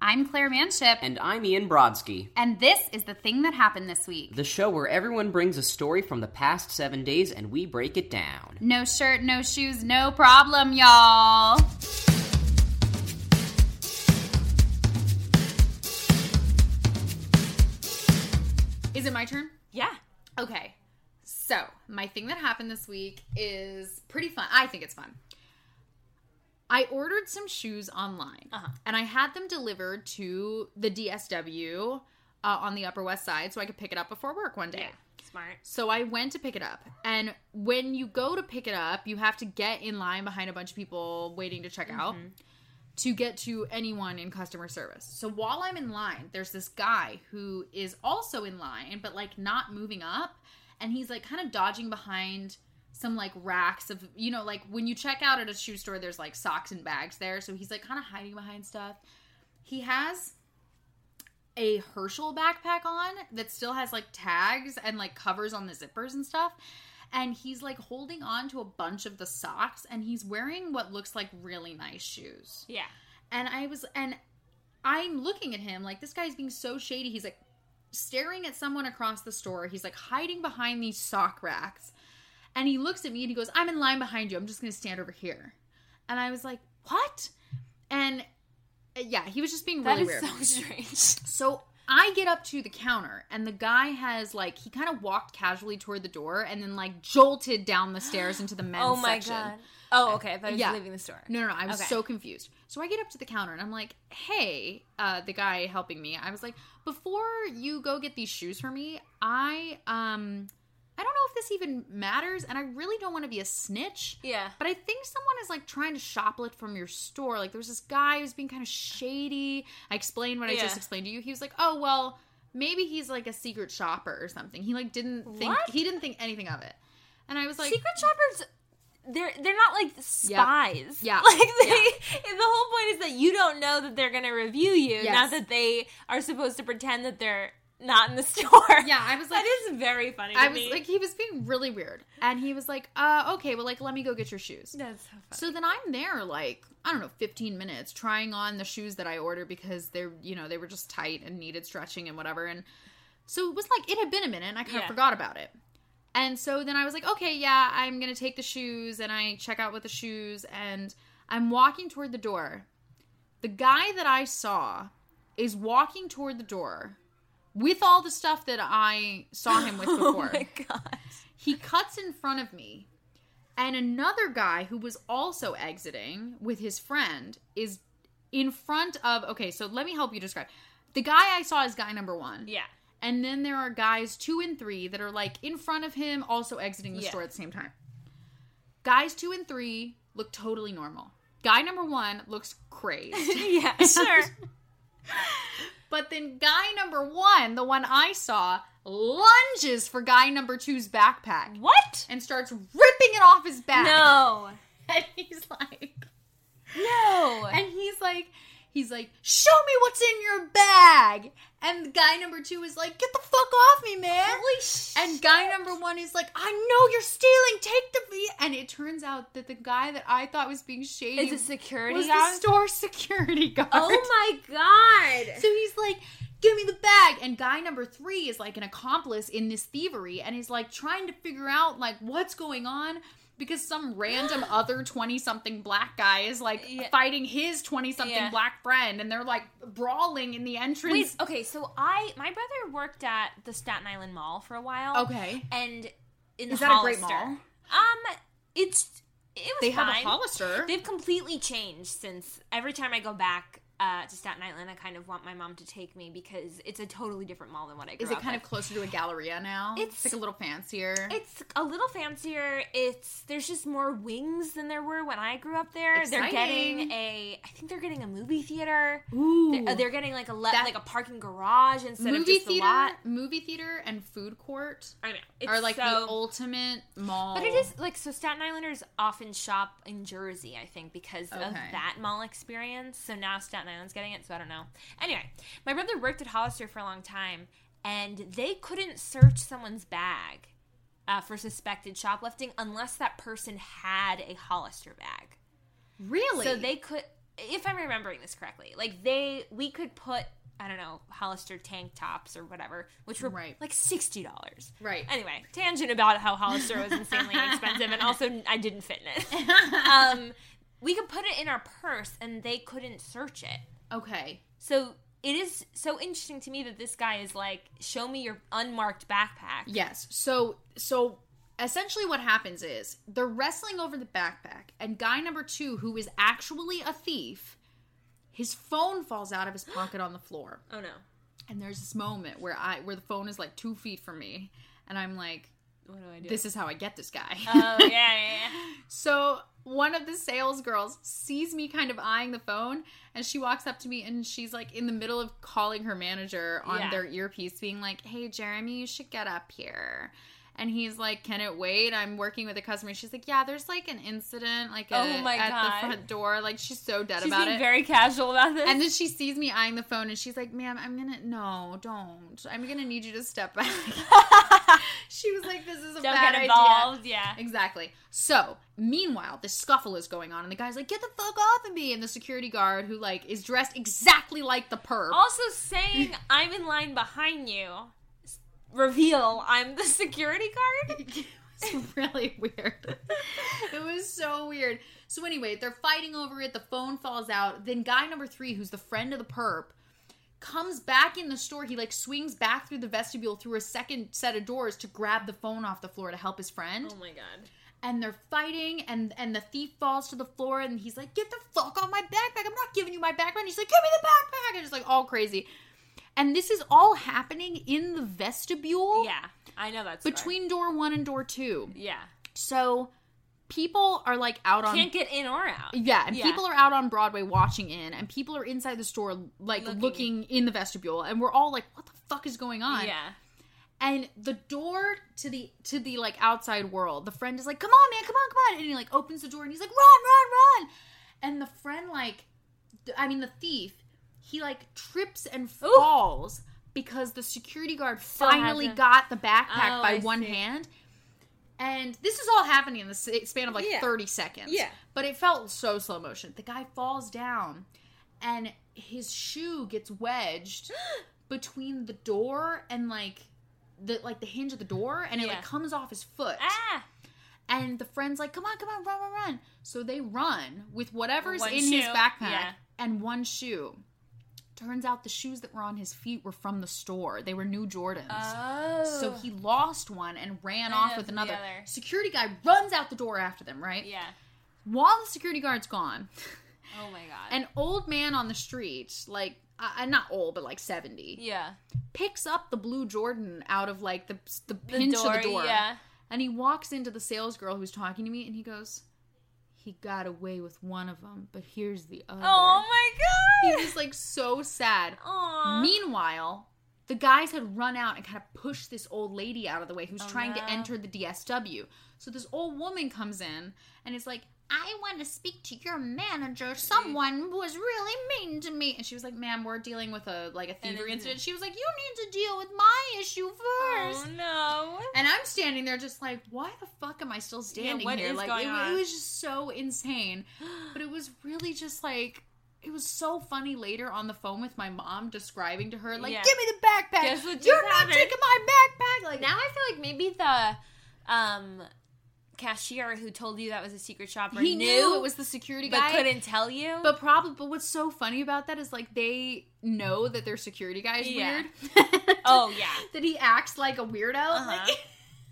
I'm Claire Manship, And I'm Ian Brodsky, and this is the thing that happened this week. the show where everyone brings a story from the past seven days and we break it down. No shirt, no shoes, no problem, y'all. Is it my turn? Yeah. Okay. So, my thing that happened this week is pretty fun. I think it's fun. I ordered some shoes online Uh-huh. and I had them delivered to the DSW uh, on the Upper West Side so I could pick it up before work one day. Smart. So I went to pick it up. And when you go to pick it up, you have to get in line behind a bunch of people waiting to check out to get to anyone in customer service. So while I'm in line, there's this guy who is also in line, but like not moving up. And he's like kind of dodging behind some like racks of, you know, like when you check out at a shoe store, there's like socks and bags there. So he's like kind of hiding behind stuff. He has a Herschel backpack on that still has like tags and like covers on the zippers and stuff. And he's like holding on to a bunch of the socks and he's wearing what looks like really nice shoes. Yeah. And I was, and I'm looking at him like this guy's being so shady. He's like staring at someone across the store. He's like hiding behind these sock racks. And he looks at me and he goes, I'm in line behind you. I'm just going to stand over here. And I was like, what? And uh, yeah, he was just being That really is weird. so strange. So I get up to the counter, and the guy has like he kind of walked casually toward the door, and then like jolted down the stairs into the men's oh my section. god. Oh, okay. I thought he was Yeah. leaving the store. No, no, no. I was Okay. so confused. So I get up to the counter and I'm like, hey, uh, the guy helping me, I was like, before you go get these shoes for me, I um I don't know if this even matters, and I really don't want to be a snitch. Yeah. But I think someone is like trying to shoplift from your store. Like there was this guy who's being kind of shady. I explained what I Yeah. just explained to you. He was like, "Oh well, maybe he's like a secret shopper or something." He like didn't think What? he didn't think anything of it. And I was like, Secret shoppers they're they're not like spies. Yeah. Like they the whole point is that you don't know that they're gonna review you, Yes. not that they are supposed to pretend that they're not in the store. "Yeah, I was like, That is very funny to I was me. like, he was being really weird." And he was like, "Uh, okay, well, like let me go get your shoes." That's so funny. So then I'm there like, I don't know, 15 minutes trying on the shoes that I ordered because they're, you know, they were just tight and needed stretching and whatever. And so it was like, it had been a minute and I kind of Yeah. forgot about it. And so then I was like, okay, yeah, I'm going to take the shoes and I check out with the shoes and I'm walking toward the door. The guy that I saw is walking toward the door with all the stuff that I saw him with before Oh my god. he cuts in front of me and another guy who was also exiting with his friend is in front of okay so let me help you describe the guy i saw is guy number one Yeah. and then there are guys two and three that are like in front of him also exiting the Yeah. store at the same time guys two and three look totally normal guy number one looks crazed yeah, sure. But then guy number one, the one I saw, lunges for guy number two's backpack what? and starts ripping it off his back. No. And he's like, No. and he's like, he's like, show me what's in your bag. And guy number two is like, get the fuck off me, man. Holy sh- and guy number one is like, I know you're stealing. Take the. V-. And it turns out that the guy that I thought was being shady is it security was guy? the store security guard. Oh my god. So he's like, give me the bag. And guy number three is like an accomplice in this thievery and is like trying to figure out like what's going on because some random other 20 something black guy is like Yeah. fighting his 20 something Yeah. black friend and they're like brawling in the entrance. Wait, okay, so I my brother worked at the Staten Island Mall for a while. okay. And in Is the that a great mall? Hollister. Um it's it was They have a fine. Hollister. They've completely changed since every time I go back uh, to Staten Island, I kind of want my mom to take me because it's a totally different mall than what I grew is it up kind with. of closer to a galleria now? It's- like a little fancier. It's a little fancier. It's there's just more wings than there were when I grew up there. They're Exciting. getting a I think they're getting a movie theater. Ooh. They're, they're getting like a le- That- like a parking garage instead of movie just theater, the lot. movie theater and food court I know. It's are like the so- ultimate mall. But it is like so Staten Islanders often shop in Jersey, I think, because Okay. of that mall experience. So now Staten Island's getting it, so I don't know. Anyway, my brother worked at Hollister for a long time and they couldn't search someone's bag uh, for suspected shoplifting unless that person had a Hollister bag. really So they could if I'm remembering this correctly, like they we could put I don't know Hollister tank tops or whatever, which were Right. like sixty dollars. Right. Anyway, tangent about how Hollister was insanely expensive, and also I didn't fit in it. um, we could put it in our purse, and they couldn't search it. Okay. So it is so interesting to me that this guy is like, "Show me your unmarked backpack." Yes. So so essentially what happens is they're wrestling over the backpack and guy number 2 who is actually a thief his phone falls out of his pocket on the floor. Oh no! And there's this moment where I where the phone is like 2 feet from me and I'm like What do I do? this is how I get this guy. oh yeah, yeah, yeah. So one of the sales girls sees me kind of eyeing the phone and she walks up to me and she's like in the middle of calling her manager on Yeah. their earpiece being like, "Hey Jeremy, you should get up here." And he's like, "Can it wait? I'm working with a customer." She's like, "Yeah, there's like an incident like Oh a- my at God. the front door." Like she's so dead She's about being it. very casual about this. and then she sees me eyeing the phone and she's like, "Ma'am, I'm going to no, don't. I'm going to need you to step back." she was like, "This is a don't bad get idea." involved. Yeah. Exactly. So, meanwhile, the scuffle is going on, and the guy's like, "Get the fuck off of me!" And the security guard, who like is dressed exactly like the perp, Also saying I'm in line behind you. s- Reveal I'm the security guard. it was really weird. it was so weird. So anyway, they're fighting over it. The phone falls out. Then guy number three, who's the friend of the perp, comes back in the store. He like swings back through the vestibule through a second set of doors to grab the phone off the floor to help his friend. Oh my god. and they're fighting and and the thief falls to the floor and he's like get the fuck off my backpack i'm not giving you my backpack and he's like give me the backpack and it's like all crazy and this is all happening in the vestibule Yeah, I know that's between door one and door two Yeah, so people are like out on can't get in or out. yeah, and Yeah. people are out on Broadway watching in, and people are inside the store, like Looking. looking. in the vestibule, and we're all like, "What the fuck is going on?" Yeah, and the door to the to the like outside world the friend is like come on man come on come on and he like opens the door and he's like run run run and the friend like th- i mean the thief he like trips and falls because the security guard has finally him. got the backpack Oh, by I one see. hand and this is all happening in the s- span of like Yeah. 30 seconds Yeah. but it felt so slow motion the guy falls down and his shoe gets wedged between the door and like the like the hinge of the door and it Yeah. like comes off his foot ah, and the friend's like come on come on run run run so they run with whatever's One in his shoe, backpack yeah. and one shoe turns out the shoes that were on his feet were from the store they were new jordans oh, so he lost one and ran off off with with the another. other. Security guy runs out the door after them, right? yeah. While the security guard's gone, Oh my god. an old man on the street, like, I, I'm not old, but like 70, yeah, picks up the blue Jordan out of like the, the pinch of the door. Yeah. And he walks into the sales girl who's talking to me and he goes, He got away with one of them, but here's the other. Oh my He god. was like so sad. Aw. Meanwhile, the guys had run out and kind of pushed this old lady out of the way who's trying no. to enter the DSW. So this old woman comes in and is like, I want to speak to your manager. Someone was really mean to me. And she was like, ma'am, we're dealing with a like a thievery incident. incident. She was like, you need to deal with my issue first. Oh no. And I'm standing there just like, why the fuck am I still standing what here? is like, going it, on? it was just so insane. But it was really just like, it was so funny later on the phone with my mom describing to her, like, Yeah. give me the backpack. Guess what just You're not happened." taking my backpack. Like, Now I feel like maybe the um cashier who told you that was a secret shopper he knew, knew it was the security but guy. couldn't tell you. But probably, but what's so funny about that is like they know that their security guy is Yeah. weird. oh yeah. that he acts like a weirdo. Uh-huh.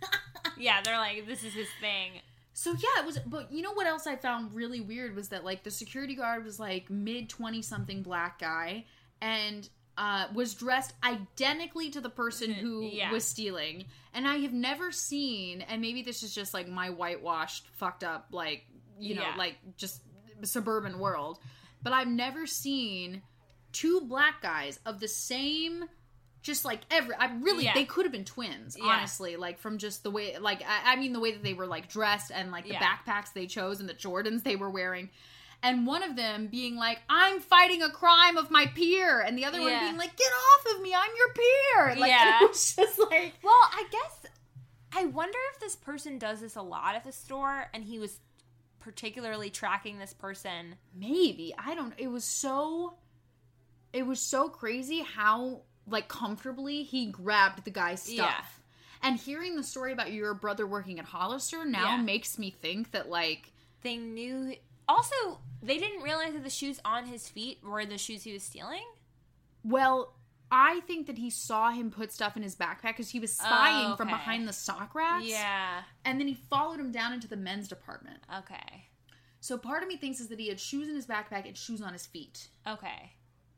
Like, Yeah, they're like, this is his thing. So yeah, it was. But you know what else I found really weird was that like the security guard was like mid twenty something black guy and uh, was dressed identically to the person who Mm-hmm. Yeah. was stealing. And I have never seen. And maybe this is just like my whitewashed, fucked up, like you know, Yeah. like just suburban world. But I've never seen two black guys of the same just like every i really Yeah. they could have been twins Yeah. honestly like from just the way like I, I mean the way that they were like dressed and like the Yeah. backpacks they chose and the jordans they were wearing and one of them being like i'm fighting a crime of my peer and the other Yeah. one being like get off of me i'm your peer like Yeah. and it was just like Well, I guess I wonder if this person does this a lot at the store and he was particularly tracking this person. maybe i don't it was so it was so crazy how like comfortably he grabbed the guy's stuff Yeah. and hearing the story about your brother working at hollister now Yeah. makes me think that like They knew. Also, they didn't realize that the shoes on his feet were the shoes he was stealing. well i think that he saw him put stuff in his backpack because he was spying from okay. behind the sock racks Yeah. and then he followed him down into the men's department Okay. so part of me thinks is that he had shoes in his backpack and shoes on his feet Okay.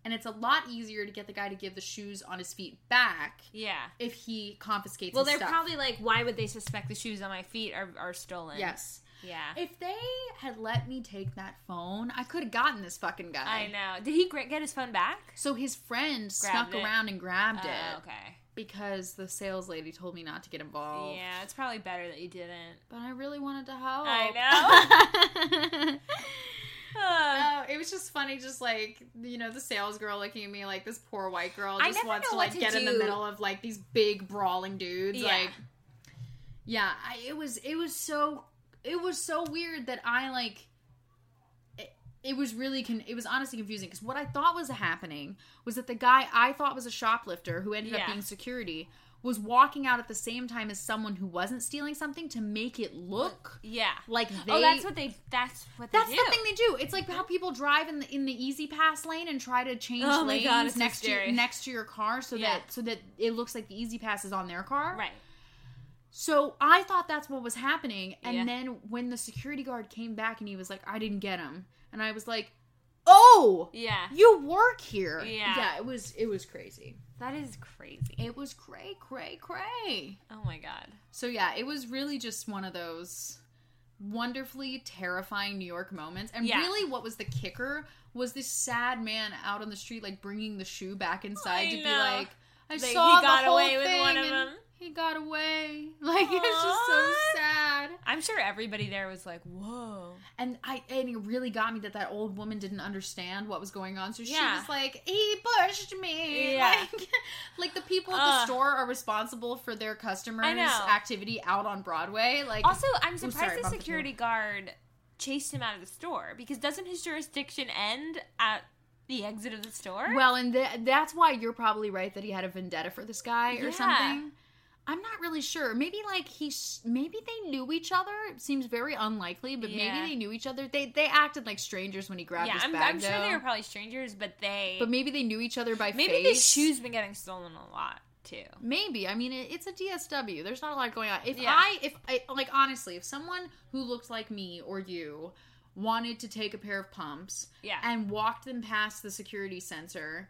and it's a lot easier to get the guy to give the shoes on his feet back Yeah. if he confiscates Well, his they're stuff. probably like, why would they suspect the shoes on my feet are, are stolen? Yes. Yeah. If they had let me take that phone, I could have gotten this fucking guy. I know. Did he gra- get his phone back? So his friend snuck it. around and grabbed it Oh, okay. because the sales lady told me not to get involved. Yeah, it's probably better that you didn't. But I really wanted to help. I know. Uh, Oh, it was just funny, just like you know, the sales girl looking at me like this poor white girl I just never wants know to what like to get in the do. middle of like these big brawling dudes. Yeah. Like, yeah, I, it was it was so it was so weird that I like it, it was really con- it was honestly confusing because what I thought was happening was that the guy I thought was a shoplifter who ended up Yeah. being security was walking out at the same time as someone who wasn't stealing something to make it look yeah. like they oh, that's what they. That's what they that's do. the thing they do. It's like how people drive in the in the easy pass lane and try to change Oh my lanes God, it's so next to scary. next to your car so Yeah. that so that it looks like the easy pass is on their car. Right. So I thought that's what was happening, and Yeah. then when the security guard came back and he was like, "I didn't get him," and I was like, "Oh, Yeah. you work here." Yeah. yeah. It was it was crazy. That is crazy. It was cray cray cray. Oh my god. So yeah, it was really just one of those wonderfully terrifying New York moments. And Yeah. really, what was the kicker was this sad man out on the street, like bringing the shoe back inside I to be know. like, "I Like, saw he got the whole away with thing one of and them." He got away. Like it's just so Aw. sad. I'm sure everybody there was like, whoa. And I and it really got me that that old woman didn't understand what was going on. So she Yeah. was like, "He pushed me." Yeah. Like, like the people at the Ugh. store are responsible for their customers' know. activity out on Broadway. Like Also, I'm sorry, surprised the bumped into security guard chased him out of the store because doesn't his jurisdiction end at the exit of the store? Well, and th- that's why you're probably right that he had a vendetta for this guy or Yeah. something. I'm not really sure. Maybe like he, s maybe they knew each other. It seems very unlikely, but Yeah. maybe they knew each other. They they acted like strangers when he grabbed yeah, his I'm, bag. I'm sure though. they were probably strangers, but they But maybe they knew each other by maybe face. the shoes been getting stolen a lot too. Maybe I mean it, it's a DSW. There's not a lot going on. If Yeah. I if I like honestly, if someone who looked like me or you wanted to take a pair of pumps, Yeah. and walked them past the security sensor.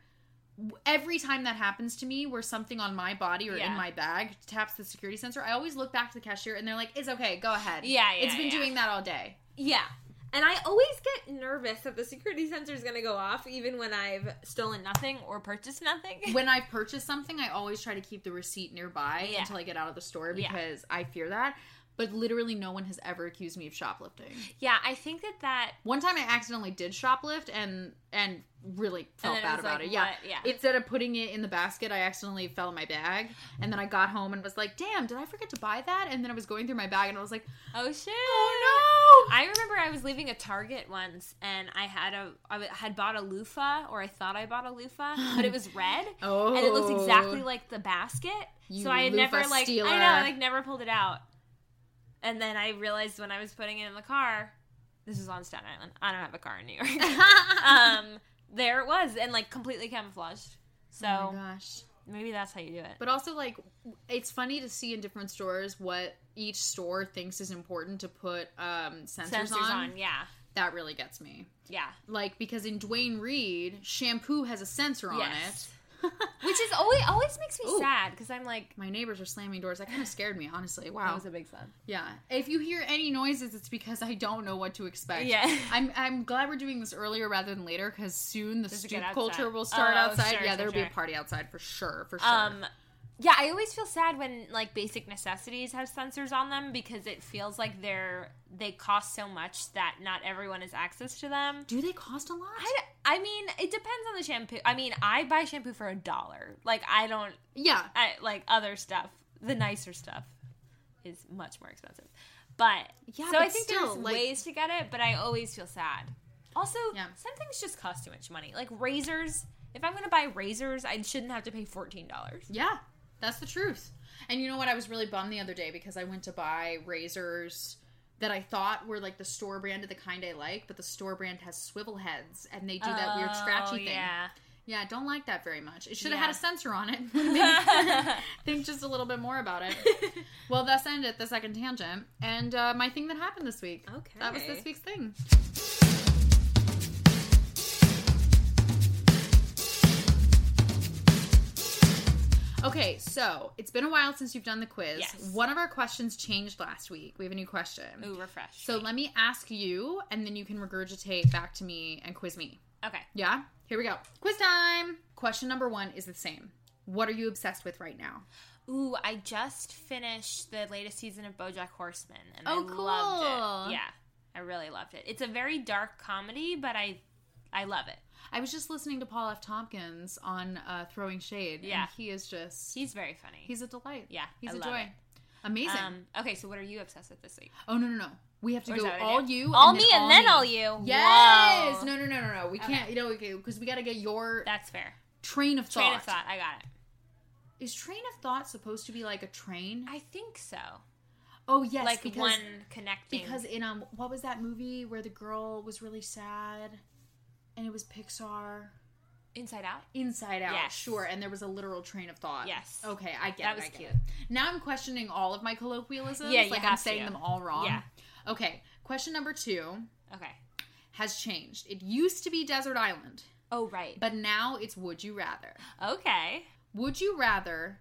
w- Every time that happens to me, where something on my body or Yeah. in my bag taps the security sensor, I always look back to the cashier and they're like, "It's okay, go ahead." Yeah, yeah, it's been yeah. doing that all day. Yeah. And I always get nervous that the security sensor is going to go off, even when I've stolen nothing. Nothing or purchased nothing. When I purchase something, I always try to keep the receipt nearby Yeah. until I get out of the store Yeah. because I fear that. But literally, no one has ever accused me of shoplifting. yeah, I think that that One time, I accidentally did shoplift and and really felt then it bad was about like, it. Yeah, what? Yeah. Instead of putting it in the basket, I accidentally fell in my bag, and then I got home and was like, "Damn, did I forget to buy that?" And then I was going through my bag and I was like, oh shit. "Oh no!" I remember I was leaving a Target once and I had a I had bought a loofah or I thought I bought a loofah, but it was red. Oh. And it looked exactly like the basket. You so I had loofah never like stealer. I know, I like never pulled it out. And then I realized when I was putting it in the car, this is on Staten Island. I don't have a car in New York. um there it was and like completely camouflaged. So oh my gosh. maybe that's how you do it. But also, like, it's funny to see in different stores what each store thinks is important to put um, sensors, Sensors on. on, yeah. That really gets me. Yeah. Like, because in Dwayne Reed, shampoo has a sensor on Yes. it. Which is always always makes me Ooh. sad because I'm like My neighbors are slamming doors. That kind of scared me, honestly. that Wow. was a big sun. Yeah. If you hear any noises, it's because I don't know what to expect. Yeah. I'm I'm glad we're doing this earlier rather than later because soon the Does it stoop get culture outside? will start Oh, outside. sure, yeah, sure, there'll be a sure. party outside for sure. For sure. Um, yeah, I always feel sad when like basic necessities have sensors on them because it feels like they're they cost so much that not everyone has access to them. Do they cost a lot? I, d- I mean, it depends on the shampoo. I mean, I buy shampoo for a dollar. Like I don't yeah. I like other stuff. The nicer stuff is much more expensive. But Yeah, so but I think still, there's like- ways to get it, but I always feel sad. Also, Yeah. some things just cost too much money. Like razors. If I'm gonna buy razors, I shouldn't have to pay fourteen dollars. Yeah, that's the truth. And you know what? I was really bummed the other day because I went to buy razors that I thought were like the store brand of the kind I like, but the store brand has swivel heads and they do that weird scratchy thing. Yeah. Oh, Yeah. I don't like that very much. It should have Yeah. had a sensor on it. Maybe Think just a little bit more about it. well, that's ended the second tangent and uh, my thing that happened this week. Okay. That was this week's thing. Okay, so it's been a while since you've done the quiz. Yes. One of our questions changed last week. We have a new question. Ooh, refresh. So let me ask you, and then you can regurgitate back to me and quiz me. okay. Yeah? Here we go. Quiz time! Question number one is the same. What are you obsessed with right now? Ooh, I just finished the latest season of BoJack Horseman, and Oh, I loved cool. it. Yeah, I really loved it. It's a very dark comedy, but I, I love it. I was just listening to Paul F. Tompkins on uh, Throwing Shade, Yeah. and he is just. He's very funny. He's a delight. Yeah, he's I a love joy. it. Amazing. um, okay. So, what are you obsessed with this week? oh no no no. We have to Or is go that what I all did? you, all me, and then all me. you. Yes. Whoa. No no no no no. We can't. You know because we got to get your that's fair. train of thought. Train of thought. I got it. Is train of thought supposed to be like a train? I think so. Oh yes, like because one connecting. because in um what was that movie where the girl was really sad, and it was Pixar. Inside Out. Inside Out, Yes. sure, and there was a literal train of thought. Yes. Okay, I get That it. was I get cute. it. Now I'm questioning all of my colloquialisms. Yeah, you like I'm have saying to. them all wrong. Yeah. Okay. Question number two Okay. has changed. It used to be Desert Island, Oh right. but now it's Would You Rather. okay. Would you rather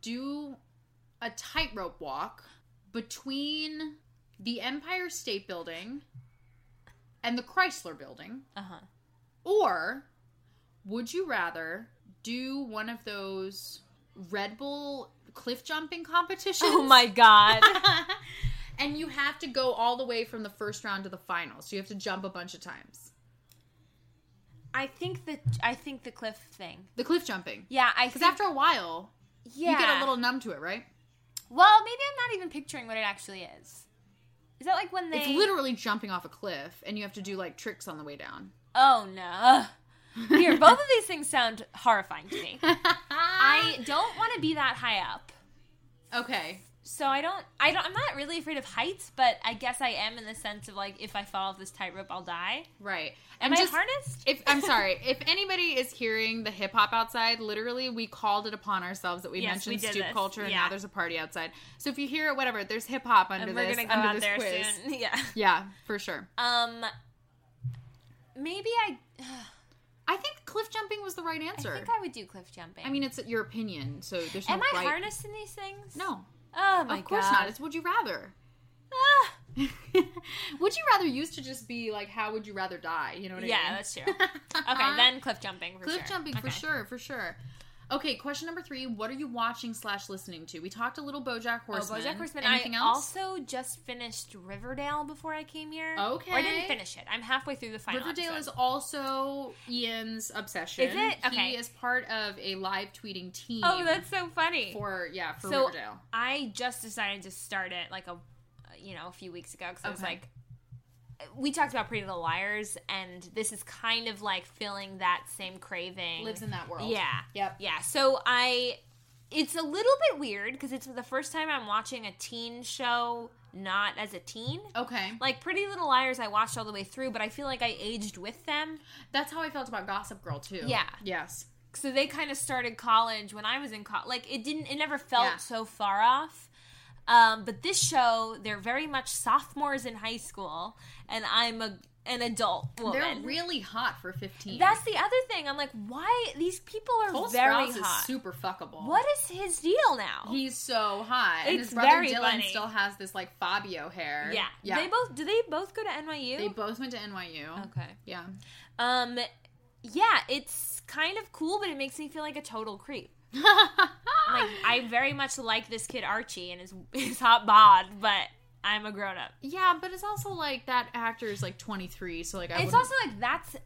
do a tightrope walk between the Empire State Building and the Chrysler Building? Uh huh. Or would you rather do one of those Red Bull cliff jumping competitions? Oh my god. and you have to go all the way from the first round to the final. So you have to jump a bunch of times. I think the I think the cliff thing. The cliff jumping. Yeah, I Because think- after a while, yeah. you get a little numb to it, right? Well, maybe I'm not even picturing what it actually is. Is that like when they? It's literally jumping off a cliff and you have to do like tricks on the way down. Oh no! Ugh. Here, both of these things sound horrifying to me. I don't want to be that high up, Okay. so I don't. I don't. I'm not really afraid of heights, but I guess I am in the sense of like if I fall off this tightrope, I'll die. Right. I'm Am I just- harnessed? If I'm sorry, if anybody is hearing the hip hop outside, literally we called it upon ourselves that we Yes, mentioned we did stoop this. culture, and Yeah. now there's a party outside. So if you hear it, whatever, there's hip hop under and we're this gonna go under out this there quiz. soon. Yeah. Yeah, for sure. Um. Maybe I. I think cliff jumping was the right answer. I think I would do cliff jumping. I mean, it's your opinion, so there's no am I right. harnessed in these things? No, Oh my of course God. not. It's would you rather. Ah. would you rather used to just be like, how would you rather die? You know what Yeah, I mean? that's true. Okay, then cliff jumping for Cliff sure. jumping for Okay. sure, for sure. Okay, question number three: What are you watching slash listening to? We talked a little BoJack Horseman. Oh, BoJack Horseman. Anything I else? also just finished Riverdale before I came here. Okay. Or I didn't finish it. I'm halfway through the final. Riverdale is episode. also Ian's obsession. Is it? Okay. He is part of a live tweeting team. Oh, that's so funny. for yeah for so Riverdale. I just decided to start it like a, you know, a few weeks ago because I was Okay. like, we talked about Pretty Little Liars, and this is kind of like filling that same craving. Lives in that world. Yeah. Yep. Yeah. So I, it's a little bit weird because it's the first time I'm watching a teen show not as a teen. Okay. Like Pretty Little Liars, I watched all the way through, but I feel like I aged with them. That's how I felt about Gossip Girl too. Yeah. Yes. So they kind of started college when I was in college. Like it didn't, it never felt Yeah. so far off. Um, but this show, they're very much sophomores in high school, and I'm a an adult woman. They're really hot for 15. That's the other thing. I'm like, why these people are Cole very Sprouse hot? is super fuckable. what is his deal now? He's so hot. and his It's brother very Dylan funny. still has this like Fabio hair. yeah. Yeah. They both do. They both go to NYU. They both went to NYU. okay. Yeah. Um, yeah, it's kind of cool, but it makes me feel like a total creep. like I very much like this kid Archie and his his hot bod, but I'm a grown up. yeah, but it's also like that actor is like 23, so like I It's wouldn't- also like that's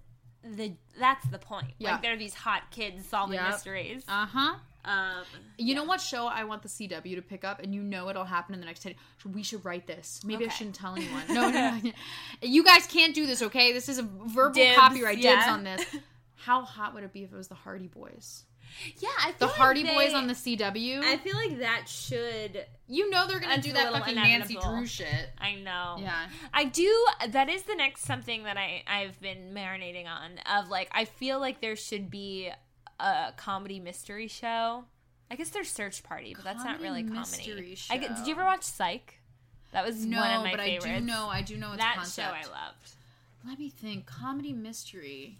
the that's the point. Yeah. Like they're these hot kids solving Yep. mysteries. Uh huh. Um, You know what show I want the CW to pick up, and you know it'll happen in the next ten. We should write this. Maybe I Okay. shouldn't tell anyone. No, no, no. You guys can't do this. Okay, this is a verbal Dibs, copyright dibs yeah. on this. How hot would it be if it was the Hardy Boys? yeah, I feel The like Hardy they- Boys on the CW. I feel like that should. you know they're gonna That's do a that little fucking Nancy inevitable. Drew shit. I know. Yeah. I do. That is the next something that I I've been marinating on. Of like, I feel like there should be a comedy mystery show. I guess there's Search Party, but that's not Comedy really comedy. mystery I g- did show. you ever watch Psych? That was No, one of my but favorites. I do know. I do know its that concept. show I loved. Let me think. Comedy mystery.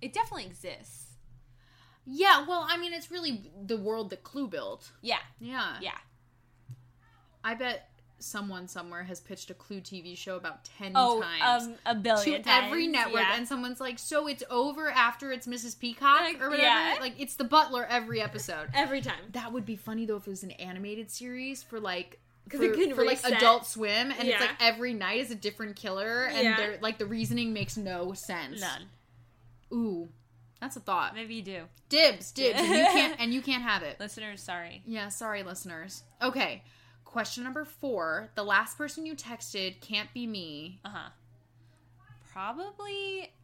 It definitely exists. Yeah. Well, I mean, it's really the world that Clue built. Yeah, Yeah. yeah. I bet someone somewhere has pitched a Clue TV show about ten Oh, times. um, a to billion times. every network, yeah. and someone's like, "So it's over after it's Mrs. Peacock Like, or whatever." yeah. Like it's the Butler every episode. Every time. That would be funny though if it was an animated series for like 'Cause for, it can for like reset. Adult Swim, and it's Yeah. like every night is a different killer, and Yeah. they're like the reasoning makes no sense. None. Ooh, that's a thought. Maybe you do. Dibs, dibs, and you can't and you can't have it. Listeners, sorry. Yeah, sorry, listeners. Okay, question number four: The last person you texted can't be me. Uh huh. Probably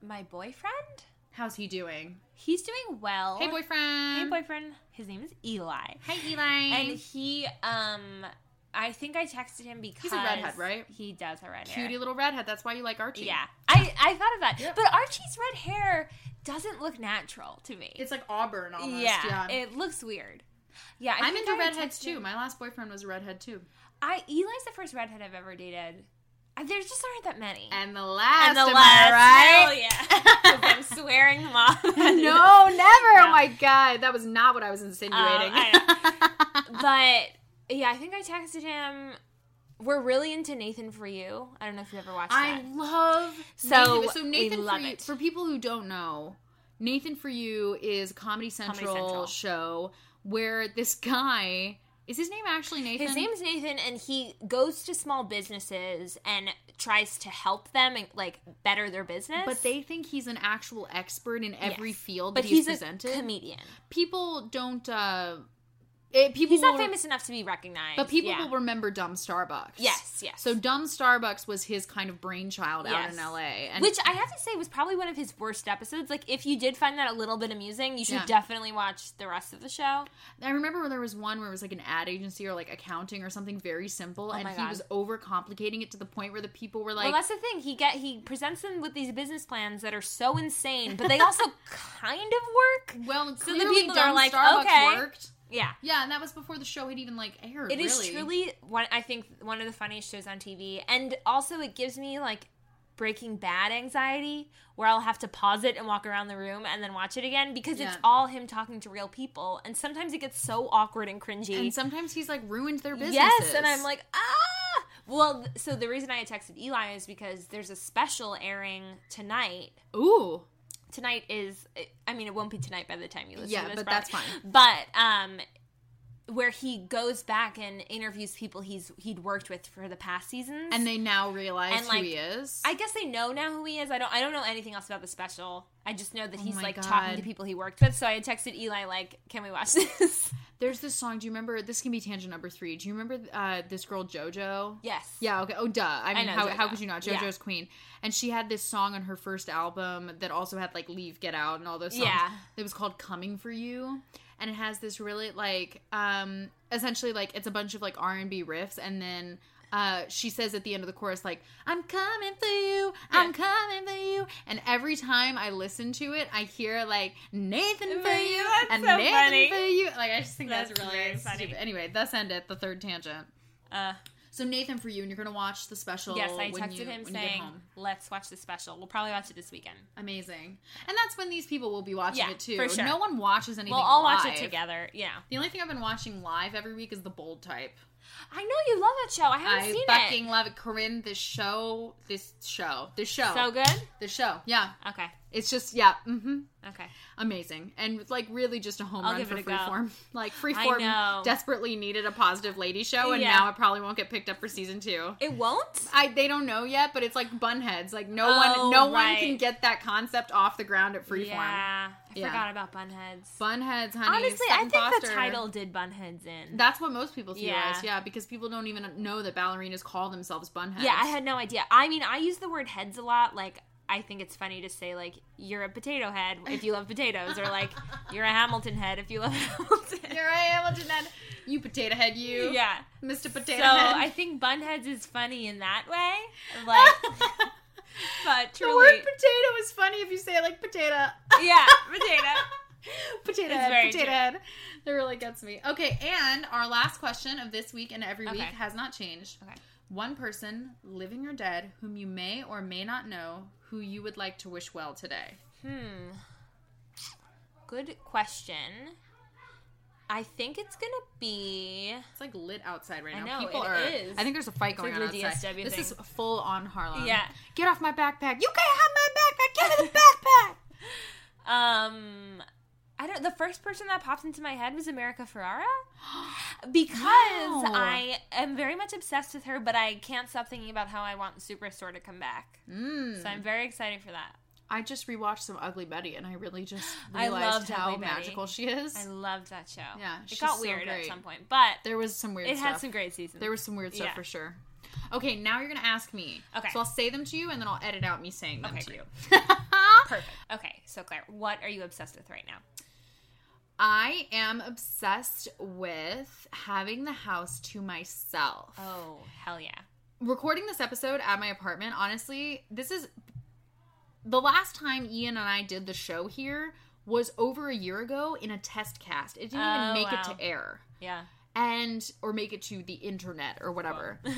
my boyfriend. How's he doing? He's doing well. Hey, boyfriend. Hey, boyfriend. His name is Eli. Hi, Eli. And he, um, I think I texted him because a redhead, right? He does have red hair. cutie little redhead. That's why you like Archie. Yeah, I I thought of that. But Archie's red hair doesn't look natural to me. It's like auburn almost. yeah, Yeah. it looks weird. Yeah, I I'm think into I had redheads texted too. him- My last boyfriend was a redhead too. I Eli's the first redhead I've ever dated. I, there's just aren't that many. And the last. the am last, I hell yeah. 'Cause I'm swearing, mom. right? no, never. Yeah. Oh my god, that was not what I was insinuating. Uh, but yeah, I think I texted him. We're really into Nathan for you. I don't know if you ever watched I that. love So, Nathan. So we Nathan love for you, it. for people who don't know, Nathan for you is a Comedy Central, Central. show where this guy is his name actually Nathan. His name's Nathan, and he goes to small businesses and tries to help them and like better their business. but they think he's an actual expert in every Yes. field but that he's, he's, presented. a comedian. people don't uh it, people He's not will- famous enough to be recognized, but people yeah. will remember dumb starbucks Yes, yes. so dumb starbucks was his kind of brainchild out in Yes. la and Which I have to say was probably one of his worst episodes. Like, if you did find that a little bit amusing, you should Yeah. definitely watch the rest of the show. i remember when there was one where it was like an ad agency or like accounting or something very simple and Oh my he God. was overcomplicating it to the point where the people were like well, that's the thing. He get he presents them with these business plans that are so insane, but they also kind of work. well the clearly people dumb are like, starbucks okay. worked Yeah, yeah and that was before the show had even like aired it is really. truly one. I think one of the funniest shows on TV, and also it gives me like Breaking Bad anxiety, where I'll have to pause it and walk around the room and then watch it again because it's Yeah. all him talking to real people, and sometimes it gets so awkward and cringy. and sometimes he's like ruined their business Yes, and I'm like, ah. Well, th- so the reason I had texted Eli is because there's a special airing tonight. ooh Tonight is, I mean, it won't be tonight by the time you listen Yeah, to this. but probably. that's fine. But um, where he goes back and interviews people he's he'd worked with for the past seasons, and they now realize And, who like, he is I guess they know now who he is. I don't. I don't know anything else about the special. I just know that he's Oh my like God. talking to people he worked with. So I had texted Eli like, "Can we watch this?" There's this song. Do you remember? This can be tangent number three. Do you remember uh, this girl JoJo? yes. Yeah. Okay. Oh, duh. I mean, know how, how JoJo. could you not? Yeah. JoJo's Queen, and she had this song on her first album that also had like "Leave," "Get Out," and all those songs. Yeah. It was called "Coming for You," and it has this really like, um, essentially like it's a bunch of like R and B riffs, and then. Uh, she says at the end of the chorus, like, I'm coming for you, I'm coming for you. And every time I listen to it, I hear, like, Nathan for For you, you, that's and so Nathan funny. for you. Like, I just think that's, That's really very funny. stupid. Anyway, let's end it, the third tangent. Uh, So Nathan, for you, and you're gonna watch the special. Yes, I when texted you- him when you get saying, home. "Let's watch the special. We'll probably watch it this weekend. "Amazing," and that's when these people will be watching Yeah, it too. for sure. No one watches anything. We'll all watch it live. together." Yeah. The only thing I've been watching live every week is the Bold Type. I know you love that show. I haven't I seen fucking it. love it, Corinne. This show, this show, this show, So good. this show. Yeah, Okay. it's just yeah, mm-hmm, Okay. amazing, and it's, like really just a home I'll run give for it a go. Freeform. Like know. Freeform desperately needed a positive lady show, and Yeah. now it probably won't get picked up for season two. It won't. I they don't know yet, but it's like bunheads. Like no Oh, one, no right. one can get that concept off the ground at Freeform. Yeah. I Yeah. forgot about Bunheads. Bunheads, honey. Honestly, I Sutton think the Foster. title did Bunheads in. That's what most people theorize, Yeah. yeah. because people don't even know that ballerinas call themselves bunheads. yeah, I had no idea. I mean, I use the word heads a lot. Like, I think it's funny to say like you're a potato head if you love potatoes, or like you're a Hamilton head if you love Hamilton. Here I am, Elton Head. You potato head, you. yeah. Mr. So Potato Head. I think bunheads is funny in that way. Like, but the word truly, potato is funny if you say it like potato. yeah, potato. potato It's head, very potato true. head. That really gets me. Okay, and our last question of this week and every week Okay. has not changed. Okay. One person, living or dead, whom you may or may not know, who you would like to wish well today. Hmm. Good question. I think it's gonna be. It's like lit outside right I now. know, People it are. is. I think there's a fight going like on the outside. DSW this thing. is full on Harlem. Yeah. Get off my backpack. You can't have my backpack. Give me the backpack. Um, I don't. The first person that popped into my head was America Ferrara because Wow. I am very much obsessed with her, but I can't stop thinking about how I want Superstore to come back. Mm. So I'm very excited for that. I just rewatched some Ugly Betty, and I really just I realized loved how Ugly Betty. magical she is. I loved that show. Yeah, it she's got so weird at great. some point, but there was some weird it stuff. had some great seasons. there was some weird stuff Yeah. for sure. Okay, now you're gonna ask me. Okay. So I'll say them to you, and then I'll edit out me saying them Okay, to you. perfect. Okay, so Claire, what are you obsessed with right now? I am obsessed with having the house to myself. Oh hell yeah! recording this episode at my apartment, honestly, this is the last time Ian and I did the show here was over a year ago in a test cast. It didn't Oh, even make it wow. to air Yeah, and or make it to the internet or whatever.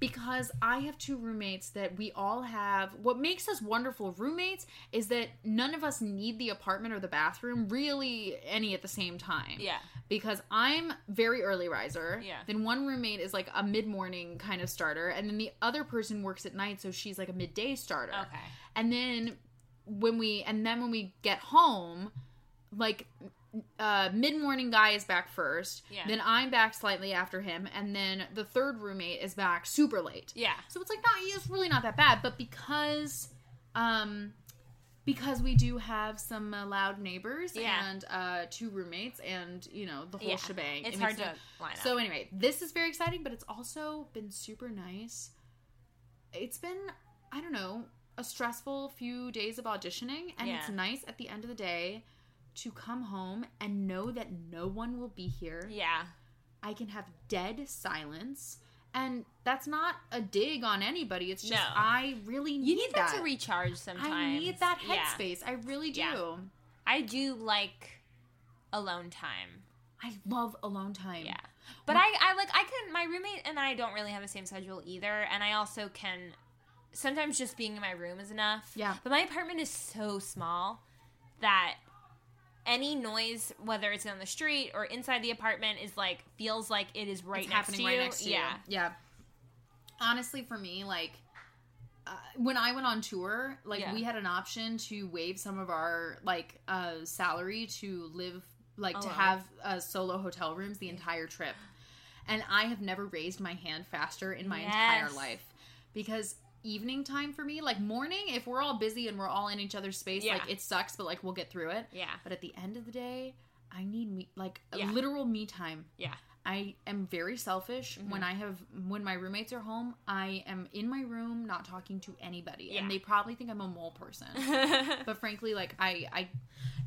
because I have two roommates that we all have. What makes us wonderful roommates is that none of us need the apartment or the bathroom really any at the same time yeah, because I'm very early riser. Yeah. Then one roommate is like a mid morning kind of starter, and then the other person works at night, so she's like a midday starter. okay, And then when we and then when we get home, like uh, mid morning guy is back first. Yeah. Then I'm back slightly after him, and then the third roommate is back super late. yeah, So it's like not it's really not that bad, but because um because we do have some uh, loud neighbors Yeah. and uh two roommates and you know the whole yeah. shebang. It's it hard makes to it- line up. So anyway, this is very exciting, but it's also been super nice. It's been I don't know, a stressful few days of auditioning and it's Yeah. nice at the end of the day to come home and know that no one will be here. yeah, I can have dead silence. And that's not a dig on anybody. It's just No. I really need, you need that, that. to recharge sometimes. I need that Yeah. headspace. I really do. Yeah. I do like alone time. I love alone time. Yeah. Mm. But I, I like I can my roommate and I don't really have the same schedule either and I also can sometimes just being in my room is enough. Yeah. But my apartment is so small that any noise whether it's on the street or inside the apartment is like feels like it is right it's next happening to right you. next to yeah. you. Yeah. Honestly, for me, like uh, when I went on tour, like Yeah. we had an option to waive some of our like uh, salary to live, like to Alone. have uh, solo hotel rooms the entire trip, and I have never raised my hand faster in my entire Yes. life because evening time for me like morning if we're all busy and we're all in each other's space Yeah. like it sucks but like we'll get through it Yeah. but at the end of the day i need me like a Yeah. literal me time Yeah. I am very selfish Mm-hmm. when I have when my roommates are home. I am in my room not talking to anybody, Yeah. and they probably think I'm a mole person. but frankly, like I, I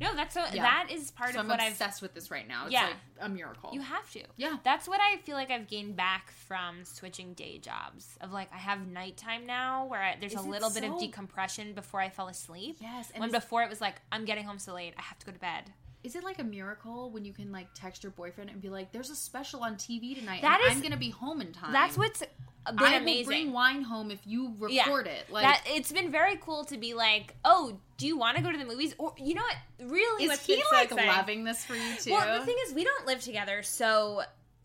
no, that's so Yeah. that is part so of I'm what I've obsessed with this right now. It's Yeah. like a miracle. You have to. Yeah. That's what I feel like I've gained back from switching day jobs. Of like, I have nighttime now where I, there's Is a it little bit of so? decompression before I fell asleep. Yes, and When is- before it was like, I'm getting home so late, I have to go to bed. Is it like a miracle when you can like text your boyfriend and be like, "There's a special on TV tonight. That and is- I'm gonna be home in time." That's what's been I will amazing. bring wine home if you Yeah. record it. Like, that it's been very cool to be like, oh, do you want to go to the movies? Or you know what? Really, is what's he been so like exciting- loving this for you too? Well, the thing is, we don't live together, so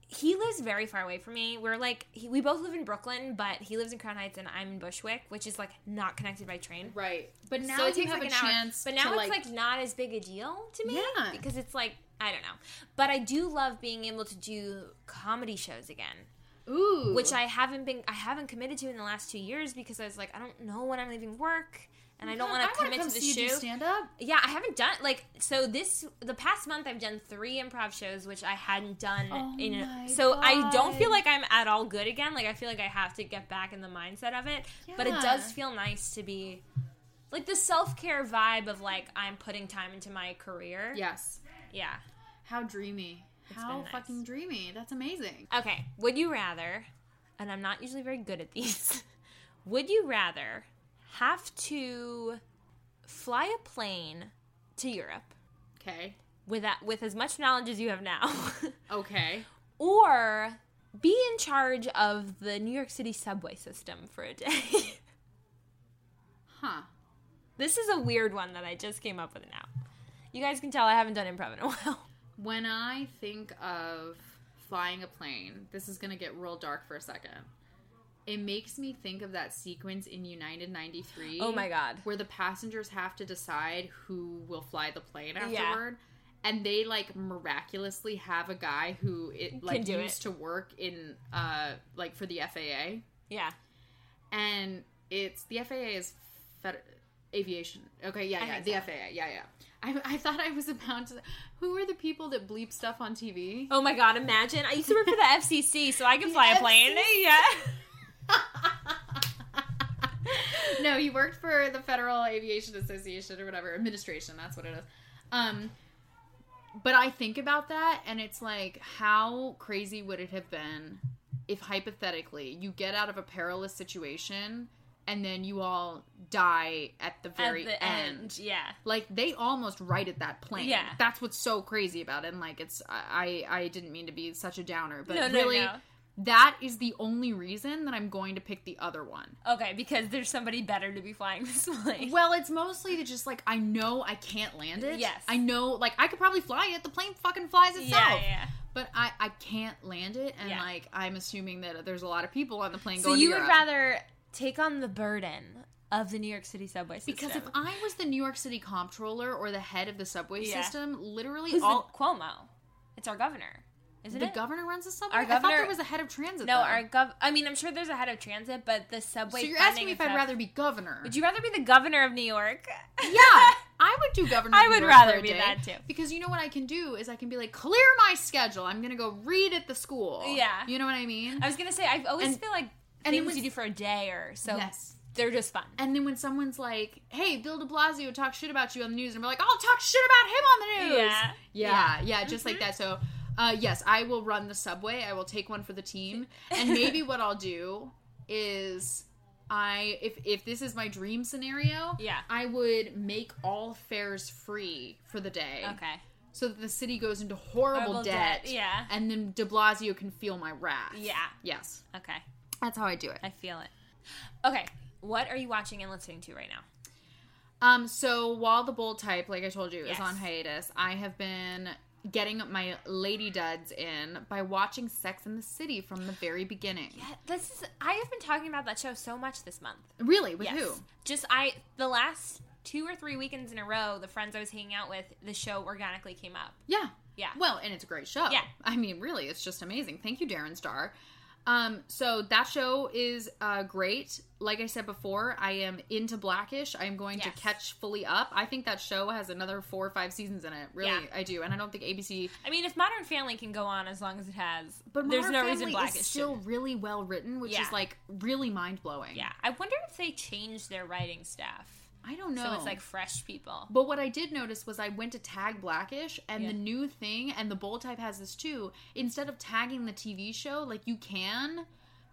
he lives very far away from me. We're like he, we both live in Brooklyn, but he lives in Crown Heights and I'm in Bushwick, which is like not connected by train. Right. But now so it you takes have a like an hour. chance. But now to, it's like, not as big a deal to me Yeah. because it's like I don't know. But I do love being able to do comedy shows again, ooh, which I haven't been I haven't committed to in the last 2 years because I was like I don't know when I'm leaving work and I don't want to wanna commit come to the see you do show. stand up. Yeah, I haven't done like so this the past month I've done 3 improv shows which I hadn't done Oh in my a, so I don't God. feel like I'm at all good again. Like I feel like I have to get back in the mindset of it, but it Yeah. does feel nice to be like the self-care vibe of like I'm putting time into my career. Yes. Yeah. How dreamy. How been nice. fucking dreamy. That's amazing. Okay, would you rather and I'm not usually very good at these. would you rather have to fly a plane to Europe Okay. with that, with as much knowledge as you have now, Okay. or be in charge of the New York City subway system for a day. Huh. this is a weird one that I just came up with now. You guys can tell I haven't done improv in a while. When I think of flying a plane, this is going to get real dark for a second. It makes me think of that sequence in United 93. Oh my God. Where the passengers have to decide who will fly the plane Yeah. afterward. And they like miraculously have a guy who it like do it. used to work in uh like for the FAA. Yeah, and it's the FAA is fed- aviation. Okay, yeah, I yeah, think the so. FAA, yeah, yeah. I, I thought I was about to. Who are the people that bleep stuff on TV? Oh my god, imagine. I used to work for the FCC, so I can fly a plane. FCC. Yeah. no, he worked for the Federal Aviation Association or whatever administration. That's what it is. Um, but I think about that, and it's like, how crazy would it have been if hypothetically you get out of a perilous situation and then you all die at the very At the end. Yeah. like they almost righted that plane. Yeah. that's what's so crazy about it. And like, it's I I I didn't mean to be such a downer, but No, no, really, no. that is the only reason that I'm going to pick the other one. Okay, because there's somebody better to be flying this plane. Well, it's mostly to just like I know I can't land it. Yes. I know like I could probably fly it. The plane fucking flies itself. yeah, yeah. But I I can't land it, and Yeah. like I'm assuming that there's a lot of people on the plane. So going you to would Europe. rather take on the burden of the New York City subway system. Because if I was the New York City comptroller or the head of the subway Yeah. system, literally Who's all the, Cuomo? It's our governor, isn't the it? governor runs the subway. Our I thought there governor- was a head of transit. no, though. our gov. I mean, I'm sure there's a head of transit, but the subway. So you're funding asking me if and I'd stuff- rather be governor? Would you rather be the governor of New York? yeah, I would do governor. I of New would York rather for a be day, that too. Because you know what I can do is I can be like, clear my schedule. I'm gonna go read at the school. Yeah. you know what I mean. I was gonna say I always And- feel like and things it was- you do for a day or so. Yes. they're just fun. And then when someone's like, "Hey, Bill De Blasio talked shit about you on the news," and we're like, "I'll talk shit about him on the news." Yeah. Mm-hmm. yeah, yeah, just like that. So, uh, yes, I will run the subway. I will take one for the team, and maybe what I'll do is. I if if this is my dream scenario, Yeah. I would make all fares free for the day. Okay. So that the city goes into horrible, Horrible debt, debt, yeah. And then De Blasio can feel my wrath. Yeah. Yes. Okay. That's how I do it. I feel it. Okay. What are you watching and listening to right now? Um, so while the bold type, like I told you, is Yes. on hiatus, I have been getting my lady duds in by watching Sex in the City from the very beginning. Uh, This is I have been talking about that show so much this month. Really? With Yes. who? Just I the last two or three weekends in a row, the friends I was hanging out with, the show organically came up. Yeah. Yeah. Well, and it's a great show. Yeah. I mean, really, it's just amazing. Thank you, Darren Star. Um, so that show is uh, great. Like I said before, I am into Blackish. I am going to Yes. catch fully up. I think that show has another four or five seasons in it. Really, Yeah. I do. And I don't think ABC I mean, if Modern Family can go on as long as it has, But there's Modern no Family reason Blackish is still should. really well written, which Yeah. is like really mind blowing. Yeah, I wonder if they changed their writing staff I don't know. so it's like fresh people. but what I did notice was I went to tag Blackish, and Yeah. the new thing, and the bold type has this too. Instead of tagging the TV show, like you can,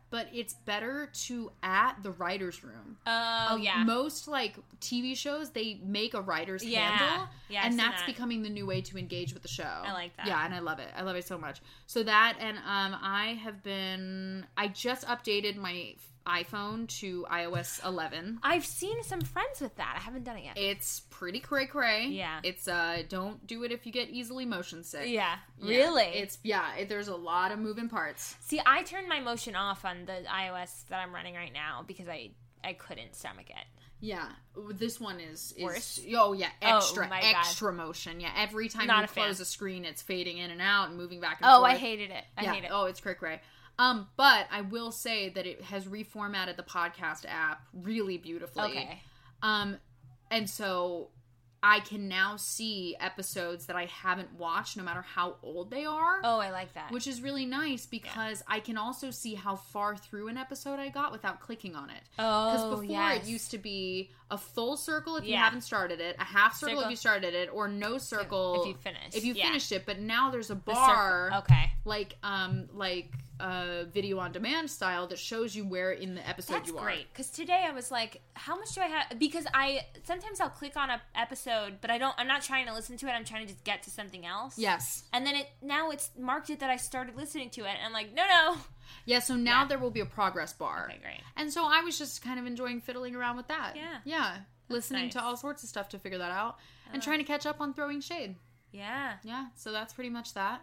but it's better to at the writers' room. Oh yeah, Most like TV shows, they make a writer's Yeah. handle, Yeah, I've and seen that's that. becoming the new way to engage with the show. I like that. Yeah, and I love it. I love it so much. So that, and um, I have been. I just updated my iPhone to iOS 11. I've seen some friends with that. I haven't done it yet. It's pretty cray cray. Yeah. It's uh don't do it if you get easily motion sick. yeah. Yeah. Really? It's yeah, it, there's a lot of moving parts. See, I turned my motion off on the iOS that I'm running right now because I I couldn't stomach it. Yeah. This one is, is Worse? Oh yeah, Oh, extra my God. extra motion. Yeah, every time Not you a fan. close a screen it's fading in and out and moving back and Oh, forth. I hated it. I yeah. hate it. Oh, it's cray cray. Um, but I will say that it has reformatted the podcast app really beautifully. okay. Um, and so I can now see episodes that I haven't watched, no matter how old they are. Oh, I like that. Which is really nice because I can also see how far through an episode I got without clicking on it. Because oh, before yes. it used to be a full circle if you Yeah. haven't started it, a half circle, if Circle. you started it, or no circle if you finished. if you Yeah. finished it. But now there's a The circle. bar Okay. like um like uh, video on demand style that shows you where in the episode That's you are. great. Because today I was like, how much do I have? Because I sometimes I'll click on a episode, but I don't. I'm not trying to listen to it. I'm trying to just get to something else. Yes. And then it now it's marked it that I started listening to it, and I'm like, no, no. Yeah, so now Yeah. there will be a progress bar. Okay, great. And so I was just kind of enjoying fiddling around with that. Yeah. Yeah. Listening to nice. Uh. all sorts of stuff to figure that out and trying to catch up on throwing shade. Yeah. Yeah. So that's pretty much that.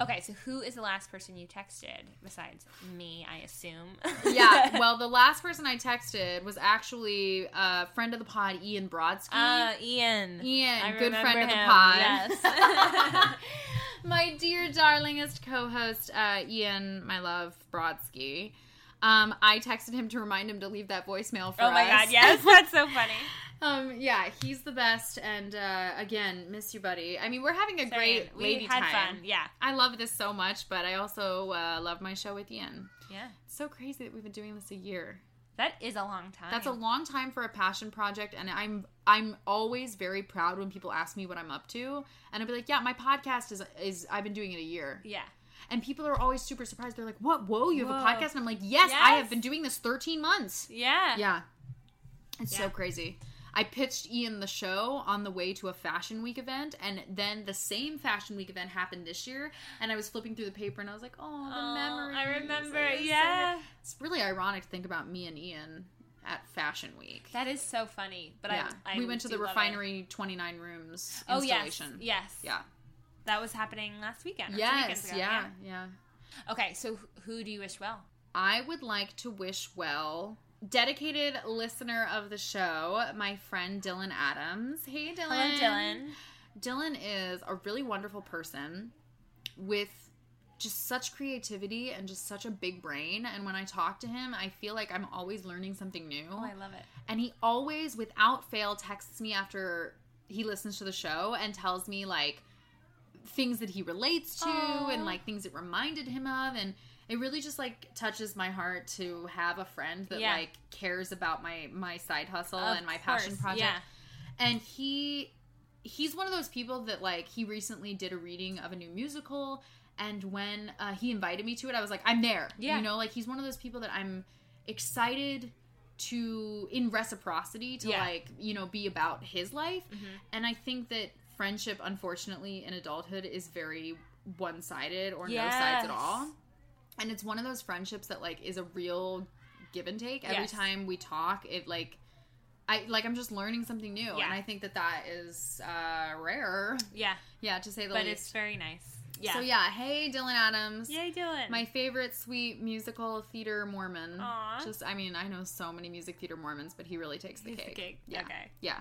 Okay. So who is the last person you texted besides me? I assume. Yeah. well, the last person I texted was actually a friend of the pod, Ian Brodsky. Uh, Ian. Ian, I good friend remember of the him, pod. Yes. my dear darlingest co-host uh, ian my love brodsky um, i texted him to remind him to leave that voicemail for oh my us. god. Yes, that's so funny. um, yeah he's the best and uh, again miss you buddy i mean we're having a Sorry, great we lady had time fun. Yeah. i love this so much but i also uh, love my show with ian Yeah. it's so crazy that we've been doing this a year That is a long time. that's a long time for a passion project, and I'm I'm always very proud when people ask me what I'm up to, and I'll be like, yeah, my podcast is is I've been doing it a year, Yeah. and people are always super surprised. They're like, what? Whoa, you have a Whoa. podcast? And I'm like, yes, I have Yes. been doing this 13 months. Yeah. Yeah, it's so Yeah. crazy. I pitched Ian the show on the way to a fashion week event, and then the same fashion week event happened this year. And I was flipping through the paper, and I was like, "Oh, the Oh, memory!" I remember. Yeah. it's really ironic to think about me and Ian at Fashion Week. That is so funny. But yeah, I, I we went to do the love it. refinery 29 rooms Oh yes. installation. Yes. yeah, That was happening last weekend. or two weekends yes, ago, yeah, yeah. yeah. Okay. So wh- who do you wish well? I would like to wish well, dedicated listener of the show, my friend Dylan Adams. Hey, Dylan. Hello, Dylan. Dylan is a really wonderful person with just such creativity and just such a big brain. And when I talk to him, I feel like I'm always learning something new. Oh, I love it. and he always without fail texts me after he listens to the show and tells me like things that he relates to Aw. and like things it reminded him of and it really just like touches my heart to have a friend that Yeah. like cares about my my side hustle Of and my passion course, project Yeah. and he he's one of those people that like he recently did a reading of a new musical and when uh, he invited me to it i was like i'm there Yeah. you know like he's one of those people that i'm excited to in reciprocity to Yeah. like you know be about his life Mm-hmm. and i think that friendship unfortunately in adulthood is very one-sided or no sides Yes. at all and it's one of those friendships that like is a real give and take every Yes. time we talk it like i like i'm just learning something new Yeah. and i think that that is uh rare Yeah. yeah to say the But it's least very nice. Yeah. so yeah hey dylan adams Yay, Dylan. my favorite sweet musical theater mormon Aw. just i mean i know so many music theater mormons but he really takes the He's the cake cake. yeah Okay. yeah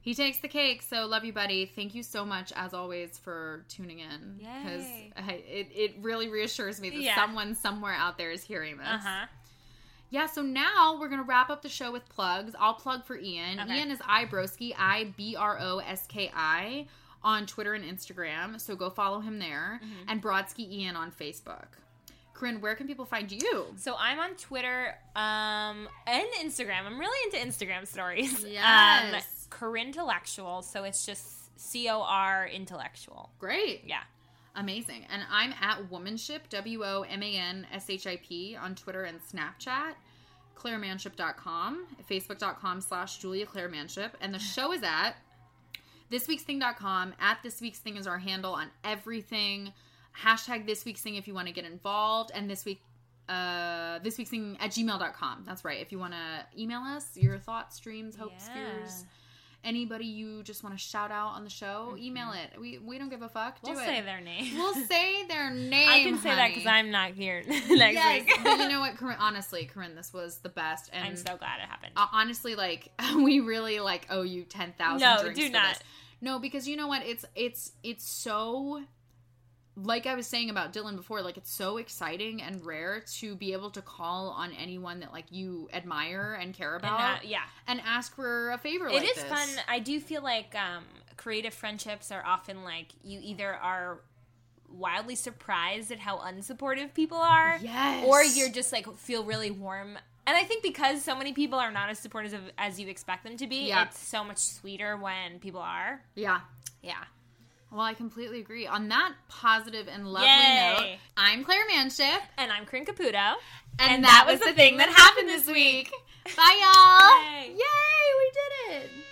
he takes the cake so love you buddy thank you so much as always for tuning in because Yay. it, it really reassures me that Yeah. someone somewhere out there is hearing this Uh huh. yeah, so now we're gonna wrap up the show with plugs. I'll plug for Ian. Okay. Ian is Ibroski, I B R O S K I, on Twitter and Instagram. So go follow him there, Mm-hmm. and Brodsky Ian on Facebook. Corinne, where can people find you? So I'm on Twitter um, and Instagram. I'm really into Instagram stories. Yes. Um, Corintellectual. So it's just C O R intellectual. Great, Yeah. amazing. And I'm at Womanship W O M A N S H I P on Twitter and Snapchat. ClaireManship.com, Facebook.com slash Julia Claire Manship, and the show is at thisweeksthing.com at this week's thing is our handle on everything hashtag this week's thing if you want to get involved and this week uh, uh, this week's thing at gmail.com. That's right. If you want to email us your thoughts, dreams, hopes, Yeah. fears, anybody you just want to shout out on the show, email it. We we don't give a fuck. Mm-hmm. We'll Do say it. their name. We'll say their name. I can say that because honey. I'm not here next yes, week. but you know what, Corinne? Honestly, Corinne, this was the best. And I'm so glad it happened. uh, honestly, like we really like owe you ten thousand. No, drinks do for not. this. No, because you know what? It's it's it's so. Like I was saying about Dylan before, like it's so exciting and rare to be able to call on anyone that like you admire and care And about and, that- yeah. ask for a favor. It like is this. fun. I do feel like um, creative friendships are often like you either are wildly surprised at how unsupportive people are, Yes. or you're just like feel really warm. And I think because so many people are not as supportive of- as you expect them to be, Yeah. it's so much sweeter when people are. Yeah. Yeah. Well, I completely agree. On that positive and lovely Yay. note, I'm Claire Manship. And I'm Corinne Caputo. And, that was the thing that happened this week. Bye, y'all. Yay. Yay, Oh, we did it.